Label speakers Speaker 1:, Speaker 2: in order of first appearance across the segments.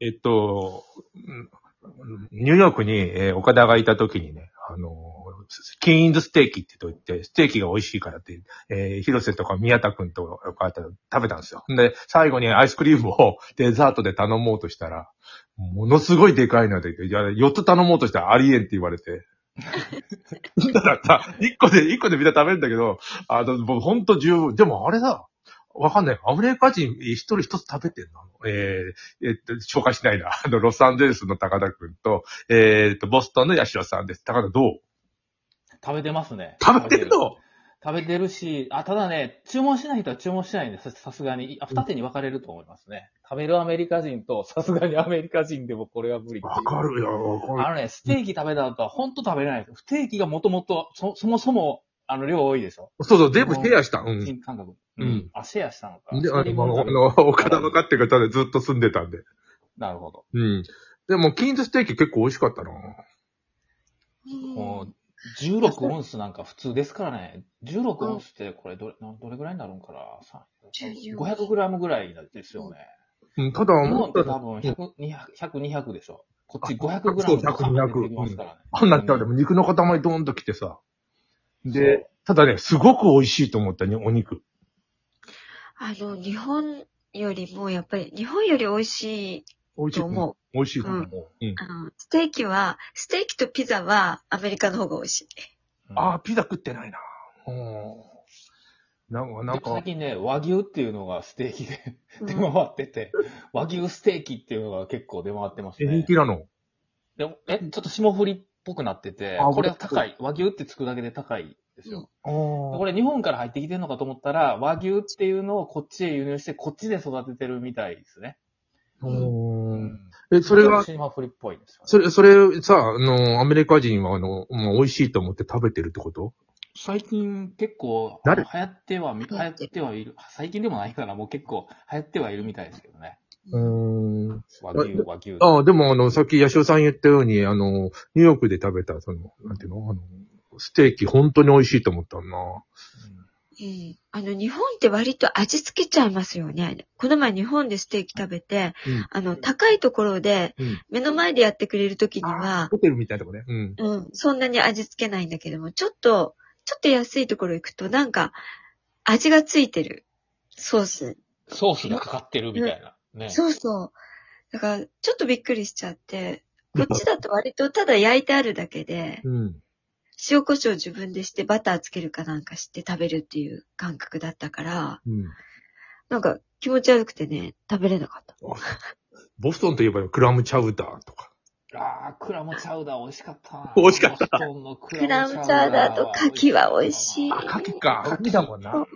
Speaker 1: えっと、うんニューヨークに、えー岡田がいた時にね、あのーキーンズステーキって言ってステーキが美味しいからって、えー広瀬とか宮田くんとかと食べたんですよ。で、最後にアイスクリームを デザートで頼もうとしたら、ものすごいでかいので、いや、4つ頼もうとしたらありえんって言われて。 だからさ、1個で、1個でみんな食べるんだけど、あの、僕ほんと十分。でもあれだ、わかんない。アメリカ人一人一つ食べてんのえーえっと、紹介しない な。あの、ロサンゼルスの高田くんと、えーっと、ボストンの八代さんです。高田どう
Speaker 2: 食べてますね。
Speaker 1: 食べてるの
Speaker 2: 食べてるし、あ、ただね、注文しない人は注文しないんで、ささすがに、あ、二手に分かれると思いますね。食べるアメリカ人と、さすがにアメリカ人でもこれは無理っていう
Speaker 1: わかるよ。わか
Speaker 2: あのね、ステーキ食べた後は本当食べれないです。ステーキがもともと、そ、そもそも、あの、量多いでしょ。
Speaker 1: るそうそう、全部シェアした。う
Speaker 2: 人
Speaker 1: ん。
Speaker 2: 感覚。
Speaker 1: うん
Speaker 2: あ、シェアしたのか。
Speaker 1: で、あ
Speaker 2: 一人
Speaker 1: の、あ
Speaker 2: 分
Speaker 1: の
Speaker 2: 食
Speaker 1: あ
Speaker 2: べ
Speaker 1: の、岡田の家っていう方でずっと住んでたんで。
Speaker 2: なるほど。
Speaker 1: うん。でも、キーンズステーキ結構美味しかったな。
Speaker 2: もう、16オンスなんか普通ですからね。16オンスってこれどれ、などれぐらいになるんかなさ
Speaker 3: 14
Speaker 2: ?500 グラムぐらいなんですよね。
Speaker 1: うん、ただ
Speaker 2: 日
Speaker 1: 思
Speaker 2: 本っ
Speaker 1: ってた
Speaker 2: 多
Speaker 1: ら、
Speaker 2: 分100、200, 200でしょ。こっち
Speaker 1: あ
Speaker 2: 500グラムと
Speaker 1: そう100 200
Speaker 2: できますからね。
Speaker 1: あんなったらでも肉の塊ドーンと来てさ。で、ただね、すごく美味しいと思ったね、お肉。
Speaker 3: あの、日本よりも、やっぱり、日本より美味し
Speaker 1: 美味
Speaker 3: い
Speaker 1: しい
Speaker 3: と
Speaker 1: と思う。
Speaker 3: 思う。
Speaker 1: 美味しいと思う。うん。
Speaker 3: あの、ステーキは、ステーキとピザは、アメリカの方が美味しい。
Speaker 2: うん
Speaker 1: ああ、ピザ食ってないな。うん。なんか、なん
Speaker 2: 最
Speaker 1: か、
Speaker 2: 近ね、和牛っていうのがステーキで
Speaker 3: うん
Speaker 2: 出回っ てて、和牛ステーキっていうのが結構出回ってます
Speaker 1: え人
Speaker 2: ね
Speaker 1: 気。なの。
Speaker 2: でもえ、ちょっと霜降りっぽくなってて、
Speaker 1: あ
Speaker 2: これは高い。和牛ってつくだけで高いですよ。
Speaker 1: あ
Speaker 2: こ
Speaker 1: あ。
Speaker 2: れ日本から入ってきてるのかと思ったら、和牛っていうのをこっちへ輸入して、こっちで育ててるみたいですね。
Speaker 1: うん。え、それが、
Speaker 2: 島振りっぽいですよね。
Speaker 1: それ、それ、さ、あの、アメリカ人は、あの、もう美味しいと思って食べてるってこと
Speaker 2: 最近結構、
Speaker 1: 誰
Speaker 2: 流行ってはみ、流行ってはいる。最近でもないから、もう結構流行ってはいるみたいですけどね。
Speaker 1: うん。
Speaker 2: 和牛、和牛。
Speaker 1: ああ、でも、あの、さっき、八代さん言ったように、あの、ニューヨークで食べた、その、なんていうのあの、ステーキ、本当に美味しいと思ったな。
Speaker 3: うんあの、日本って割と味付けちゃいますよね。この前日本でステーキ食べて、
Speaker 1: うん
Speaker 3: あの、高いところで
Speaker 1: うん、
Speaker 3: 目の前でやってくれる時には、
Speaker 1: ホテルみたいなとこね。うん。
Speaker 3: うん、そんなに味付けないんだけども、ちょっと、ちょっと安いところ行くと、なんか、味がついてる。ソース。
Speaker 2: ソースがかかってるみたいな。ね。
Speaker 3: そうそう。だから、ちょっとびっくりしちゃって、こっちだと割とただ焼いてあるだけで、
Speaker 1: うん。
Speaker 3: 塩胡椒自分でしてバターつけるかなんかして食べるっていう感覚だったから、
Speaker 1: うん。
Speaker 3: なんか気持ち悪くてね、食べれなかった。
Speaker 1: ボストンといえば、クラムチャウダーとか。
Speaker 2: ああ、クラムチャウダー美味しかったな。
Speaker 1: 美味しかった
Speaker 2: ボストンのク
Speaker 3: クラムチャウダーと牡蠣は美味しい
Speaker 1: あ、牡蠣か。牡蠣だもんな。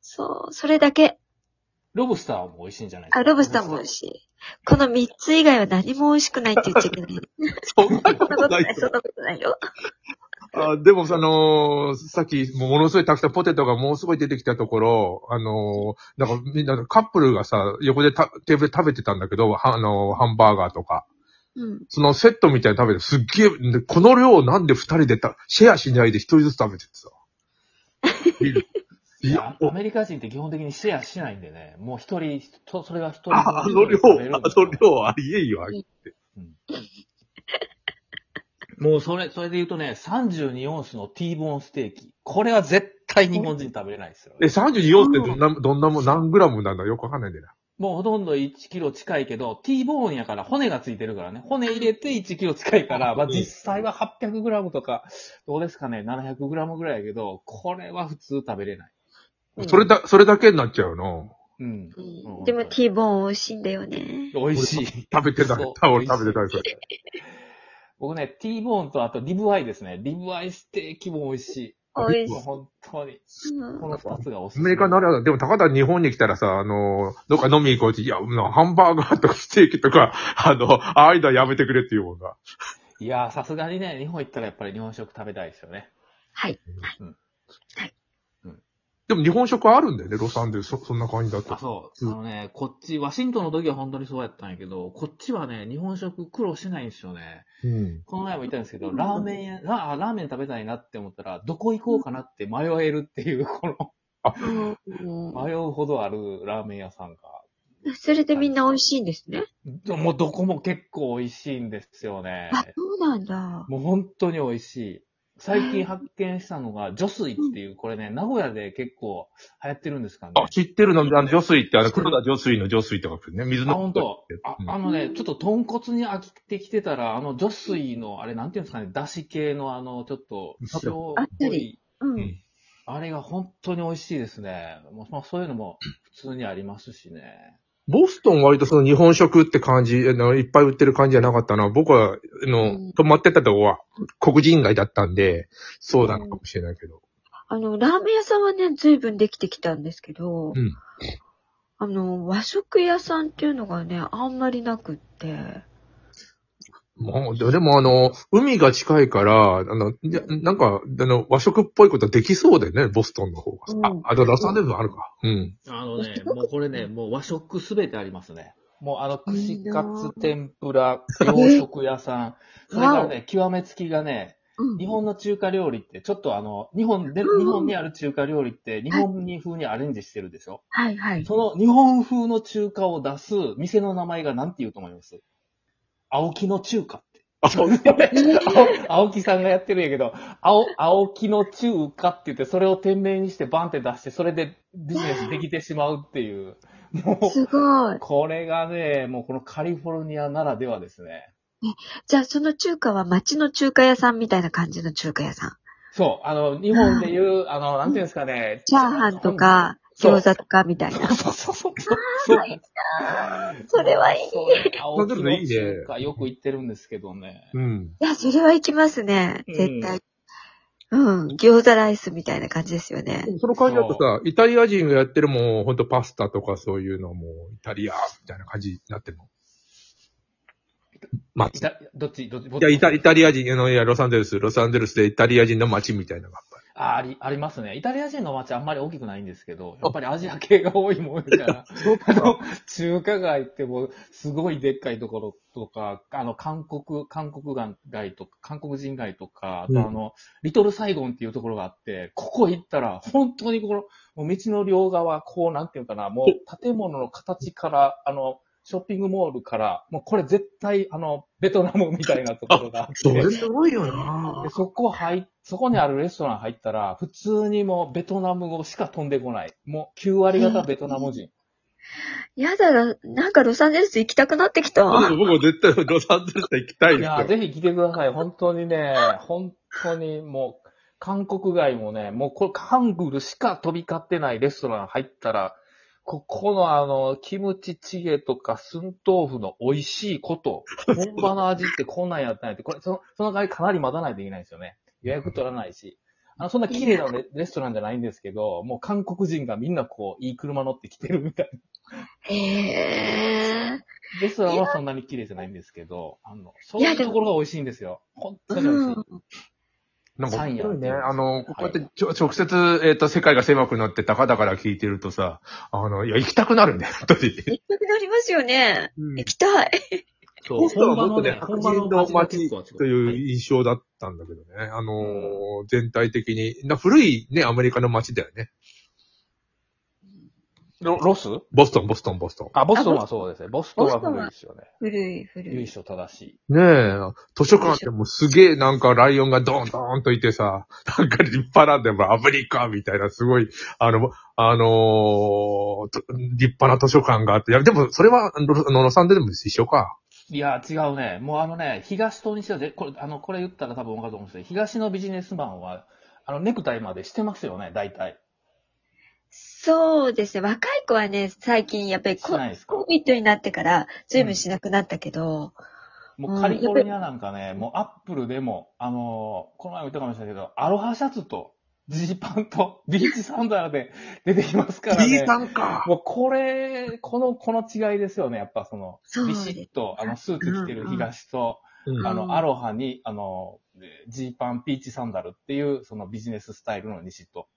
Speaker 3: そう、それだけ。
Speaker 2: ロブスターも美味しいんじゃないですか
Speaker 3: あ、ロブスターも美味しい。この3つ以外は何も美味しくないって言っちゃいけない。
Speaker 1: そんなこ
Speaker 3: そんなこと
Speaker 1: な
Speaker 3: とないい、そんなことないよ。
Speaker 1: あでも、その、さっき、ものすごいたくさんポテトがものすごい出てきたところ、あのー、なんかみんなカップルがさ、横でたテーブルで食べてたんだけど、はあのー、ハンバーガーとか。
Speaker 3: うん。
Speaker 1: そのセットみたいなの食べて、すっげえ、でこの量なんで二人でた、シェアしないで一人ずつ食べてて さ。い
Speaker 2: い
Speaker 1: や
Speaker 2: や、、アメリカ人って基本的にシェアしないんでね、もう一人、とそれが一人分
Speaker 1: ああの量、
Speaker 2: 食べれる
Speaker 1: あ
Speaker 2: んですよ
Speaker 1: の量ありえんよ、あれ
Speaker 2: もうそれ、それで言うとね、32オンスの T ボーンステーキ。これは絶対日本人食べれないですよ。
Speaker 1: え、34ってどんな、どんなもん、何グラムなんだよくわかんないんだよな。
Speaker 2: もうほとんど1キロ近いけど、T ボーンやから骨がついてるからね。骨入れて1キロ近いから、まあ
Speaker 1: うん
Speaker 2: 実際は800グラムとか、どうですかね、700グラムぐらいやけど、これは普通食べれない。うん
Speaker 1: それだ、それだけになっちゃうの。
Speaker 2: うん。
Speaker 3: うんでも T ボーン美味しいんだよね。
Speaker 2: 美味しい。
Speaker 1: 食べてた
Speaker 2: そう。
Speaker 1: 俺食べてたそれ。
Speaker 2: 僕ね、T ボーンとあとリブアイですね。リブアイステーキも美味しい。
Speaker 3: 美味し
Speaker 2: もう
Speaker 3: い。
Speaker 2: 本当に。
Speaker 3: うん
Speaker 2: この二つがお
Speaker 1: ア
Speaker 2: すすめ。
Speaker 1: メリカなら、でも高田日本に来たらさ、あの、どっか飲み行こうって、いや、なハンバーガーとかステーキとか、 あの、ああいうのはやめてくれっていうもんが。
Speaker 2: いやー、さすがにね、日本行ったらやっぱり日本食食べたいですよね。
Speaker 3: はい。
Speaker 1: でも日本食あるんだよね、ロサンゼルス。そそんな感じだと
Speaker 2: あ、。そう。
Speaker 1: う
Speaker 2: あ
Speaker 1: ん
Speaker 2: のね、こっち、ワシントンの時は本当にそうやったんやけど、こっちはね、日本食苦労しないんですよね。
Speaker 1: うん。
Speaker 2: この前も言ったんですけど、ラーメン屋、ラあラーメン食べたいなって思ったら、どこ行こうかなって迷えるっていう、この、
Speaker 3: うん
Speaker 2: 迷うほどあるラーメン屋さんが、
Speaker 3: それでみんな美味しいんですね。
Speaker 2: どもうどこも結構美味しいんです よね。
Speaker 3: あ、そうなんだ。
Speaker 2: もう本当に美味しい。最近発見したのが、ジョスイっていう、これね、名古屋で結構流行ってるんですかね。
Speaker 1: あ、知ってるの、あの、浄水って、あの、黒田浄水の浄水とかね、水
Speaker 2: あ、
Speaker 1: の。
Speaker 2: 本当あ
Speaker 1: う、ん
Speaker 2: あのね、ちょっと豚骨に飽きてきてたら、あの、女水の、あれ、なんていうんですかね、だし系の、あの、ちょっと、塩
Speaker 3: あ
Speaker 2: っ
Speaker 3: っ
Speaker 2: ぽ
Speaker 3: た
Speaker 2: い
Speaker 3: り、
Speaker 1: う
Speaker 3: うんん。
Speaker 2: あれが本当に美味しいですね。もうまあ、そういうのも普通にありますしね。
Speaker 1: ボストン割とその日本食って感じ、あのいっぱい売ってる感じじゃなかったな。僕は、あ
Speaker 3: う
Speaker 1: の
Speaker 3: ん、
Speaker 1: 泊まってたとこは黒人街だったんで、そうなのかもしれないけど。
Speaker 3: あの、ラーメン屋さんはね、随分できてきたんですけど、
Speaker 1: うん
Speaker 3: あの、和食屋さんっていうのがね、あんまりなくって、
Speaker 1: もう、ででもあの、海が近いから、あの、いやなんか、あの、和食っぽいことできそうだよね、ボストンの方が。
Speaker 3: うん
Speaker 1: あ、あとラサンデルもあるか。うん。
Speaker 2: あのね
Speaker 3: す、ごく
Speaker 2: もうこれね、もう和食すべてありますね。もうあの、
Speaker 3: い
Speaker 2: 串
Speaker 3: い
Speaker 2: カ
Speaker 3: なぁ
Speaker 2: ツ、天ぷら、洋食屋さん。それからね、極めつきがね、
Speaker 3: うん
Speaker 2: 日本の中華料理って、ちょっとあの、日本で、
Speaker 3: うん
Speaker 2: 日本にある中華料理って、日本に風にアレンジしてるでしょ
Speaker 3: はいはい。
Speaker 2: その日本風の中華を出す店の名前が何て言うと思います青木の中華って。
Speaker 1: あ、そう
Speaker 2: 青青木さんがやってるんやけど、青、青木の中華って言って、それを店名にしてバンって出して、それでビジネスできてしまうっていう。もう、
Speaker 3: すごい。
Speaker 2: これがね、もうこのカリフォルニアならではですね。
Speaker 3: じゃあその中華は町の中華屋さんみたいな感じの中華屋さん。
Speaker 2: そう、あの、日本でいう、あの、なんていうんですかね。
Speaker 3: チャーハンと。か、
Speaker 2: そう
Speaker 3: 餃子とかみたいな。
Speaker 2: そうそうそうそう。そうなんです
Speaker 3: それはいい。
Speaker 2: そうなんです青木
Speaker 1: それ
Speaker 2: の
Speaker 1: はいいね
Speaker 2: 中華よく行ってるんですけどね。
Speaker 1: うん。
Speaker 3: いや、それは行きますね。絶対。うん、餃子ライスみたいな感じですよね。
Speaker 1: その感じだとさ、イタリア人がやってるもう、ほんとパスタとかそういうのはもう、イタリア、みたいな感じになってるの。まあ
Speaker 2: イタどっちどっち
Speaker 1: いや、イタイタリア人の、いや、ロサンゼルス、ロサンゼルスでイタリア人の街みたいなのがやっぱり。
Speaker 2: ああり、ありますね。イタリア人の街あんまり大きくないんですけど、やっぱりアジア系が多いもん だから、あの、中華街ってもう、すごいでっかいところとか、あの、韓国、韓国街とか、韓国人街とか、あとあの、リトルサイゴンっていうところがあって、ここ行ったら、本当にこの、もう道の両側、こう、なんていうかな、もう建物の形から、あの、ショッピングモールから、もうこれ絶対、あの、ベトナムみたいなところがあ って。
Speaker 1: すごいよな
Speaker 2: で、そこ入っ、そこにあるレストラン入ったら、普通にもうベトナム語しか飛んでこない。もう9割方ベトナム人。
Speaker 3: やだな、なんかロサンゼルス行きたくなってきた。
Speaker 1: ぁ。僕は絶対ロサンゼルスで行きたい
Speaker 2: い
Speaker 1: です
Speaker 2: やー、
Speaker 1: よ。
Speaker 2: ぜひ来てください。本当にね、本当にもう、韓国街もね、もうこれ、ハングルしか飛び交ってないレストラン入ったら、ここのあの、キムチチゲとか、スン豆腐の美味しいこと、本場の味ってこんなんやったんやって、これ、その、その代わりかなり待たないといけないんですよね。予約取らないし。あの、そんな綺麗なレレストランじゃないんですけど、もう韓国人がみんなこう、いい車乗ってきてるみたいな。
Speaker 3: へえ。
Speaker 2: レストランはそんなに綺麗じゃないんですけど、あの、そういうところが美味しいんですよ。本当に美味しい。
Speaker 3: うん。
Speaker 1: なんか、
Speaker 2: サインやって
Speaker 1: ね、
Speaker 2: ます
Speaker 1: あの、こうやって
Speaker 2: は
Speaker 1: ちょ、直接、えっ、と、世界が狭くなってたかだから聞いてるとさ、あの、いや、行きたくなるんだよ、本当に。
Speaker 3: 行きたくなりますよね。行きたい。
Speaker 2: そう、本場のね、
Speaker 1: 本
Speaker 2: 本
Speaker 1: 場
Speaker 2: 場
Speaker 1: の
Speaker 2: の
Speaker 1: 街
Speaker 2: 街が
Speaker 1: 街
Speaker 2: 結構違
Speaker 1: という印象だったんだけどね。あのー全体的に。な古いね、アメリカの街だよね。
Speaker 2: ロロス
Speaker 1: ボストン、ボストン、ボストン。
Speaker 2: あ、ボストンはそうですね。ボストンは古いですよね。
Speaker 3: 古い、古
Speaker 2: 由
Speaker 3: い。
Speaker 2: 緒正しい。
Speaker 1: ねえ、図書館でもすげえなんかライオンがドーンドーンといてさ、なんか立派なんでもアメリカみたいなすごい、あの、あのーと立派な図書館があって、いや、でもそれはロロサンゼルスも一緒か。
Speaker 2: いや、違うね。もうあのね、東と西はぜ、これ、あの、これ言ったら多分分かると思うんですけど、東のビジネスマンは、あの、ネクタイまでしてますよね、大体。
Speaker 3: そうですね。若い子はね、最近やっぱり
Speaker 2: し
Speaker 3: コ
Speaker 2: ないですか
Speaker 3: コビットになってから随分しなくなったけど、
Speaker 2: もうカリフォルニアなんかね、もうアップルでも、あのーこの前も言ったかもしれないけど、アロハシャツと、ジーパンと、 ビーチサンダルで出てきますからね。
Speaker 1: んか。
Speaker 2: もうこれ、この、この違いですよね、やっぱその、
Speaker 3: そう
Speaker 2: ビ
Speaker 3: です
Speaker 2: シッと、あの、スーツ着てる東と、
Speaker 1: うん
Speaker 2: あ
Speaker 3: う
Speaker 2: の、
Speaker 3: ん
Speaker 2: アロハに、あの、えージーパン、ピーチサンダルっていう、そのビジネススタイルの西と。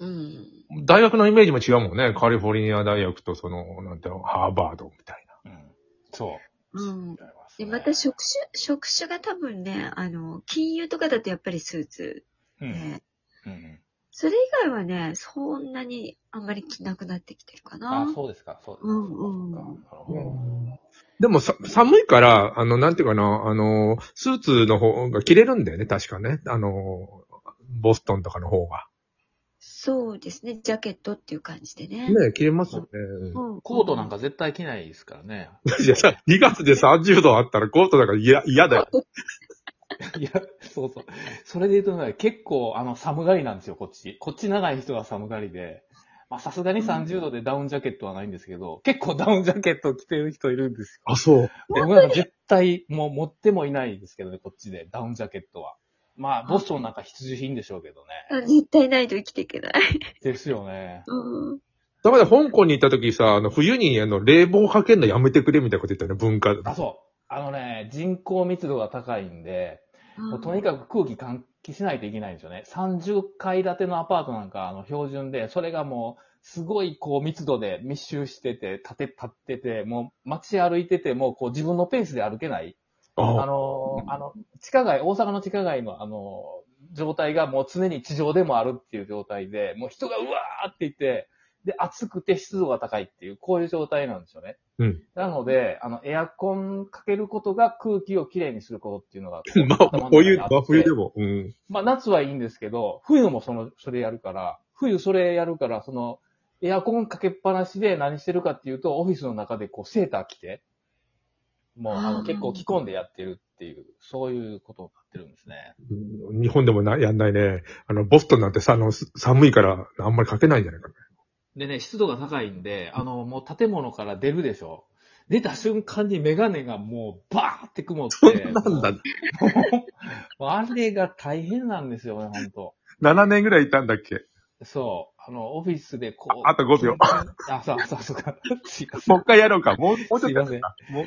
Speaker 3: うん。
Speaker 1: 大学のイメージも違うもんね。カリフォルニア大学とその、なんていうの、ハーバードみたいな。
Speaker 2: うん。そう。
Speaker 3: うん
Speaker 2: 違い。す
Speaker 3: で、
Speaker 2: ね
Speaker 3: また職種、職種が多分ね、あの、金融とかだとやっぱりスーツ
Speaker 2: うん。
Speaker 3: ね、
Speaker 2: うんうん
Speaker 3: それ以外はね、そんなにあんまり着なくなってきてるか
Speaker 2: あ
Speaker 3: な、。
Speaker 2: そうですか。そうですか。
Speaker 3: うんうん
Speaker 2: そうかそうかなるほど
Speaker 1: でもさ、寒いから、あの、なんていうかな、あの、スーツの方が着れるんだよね、確かね。あの、ボストンとかの方が。
Speaker 3: そうですね、ジャケットっていう感じでね。
Speaker 1: ね、着れますよね。
Speaker 3: うん、
Speaker 2: コートなん
Speaker 3: か。
Speaker 2: か絶対着ないですからね。
Speaker 1: いやさ、2月で30度あったらコートだから嫌、嫌だよ。
Speaker 2: いや、そうそう。それで言うとね、結構、あの、寒がりなんですよ、こっち。こっち長い人は寒がりで。まあ、さすがに30度でダウンジャケットはないんですけど、結構ダウンジャケット着てる人いるんです
Speaker 1: あ、そう。
Speaker 2: よ。で僕なんか絶対、もう持ってもいないですけどね、こっちで、ダウンジャケットは。まあ、ボストンなんか必需品でしょうけどね。
Speaker 3: 絶対ないと生きていけない。
Speaker 2: ですよね。
Speaker 3: うん。
Speaker 1: だから香港に行った時さ、あの、冬にあの、冷房かけるのやめてくれみたいなこと言ったよね、文化。
Speaker 2: あ、そう。あのね、人口密度が高いんで、もうとにかく空気換気しないといけないんですよね。30階建てのアパートなんか、あの、標準で、それがもう、すごいこう密度で密集してて、立て、立ってて、もう街歩いてて、もうこう自分のペースで歩けない。あ
Speaker 1: あ
Speaker 2: のー、あの、地下街、大阪の地下街のあのー、状態がもう常に地上でもあるっていう状態で、もう人がうわーっていて、で、暑くて湿度が高いっていう、こういう状態なんですよね。
Speaker 1: うん、
Speaker 2: なので、あの、エアコンかけることが空気をきれいにすることっていうのが
Speaker 1: まあ、まあ冬、真冬で
Speaker 2: も。
Speaker 1: も。うん。
Speaker 2: まあ、夏はいいんですけど、冬もその、それやるから、冬それやるから、その、エアコンかけっぱなしで何してるかっていうと、オフィスの中でこうセーター着て、もうあ
Speaker 3: あー
Speaker 2: の結構着込んでやってるっていう、そういうことになってるんですね。
Speaker 1: 日本でもな、やんないね。あの、ボストンなんてさ、あの、す寒いから、あんまりかけないんじゃないかな。
Speaker 2: でね、湿度が高いんで、あの、もう建物から出るでしょ。出た瞬間にメガネがもうバーって曇って。
Speaker 1: なんだ。
Speaker 2: もうあれが大変なんですよね、ほんと。
Speaker 1: 7年ぐらいいたんだっけ
Speaker 2: そう。あの、オフィスでこう。
Speaker 1: ああと5秒
Speaker 2: あ、そう、そう、そうか。
Speaker 1: もう一回やろうか。もう、もうちょっとやろうか。もう一回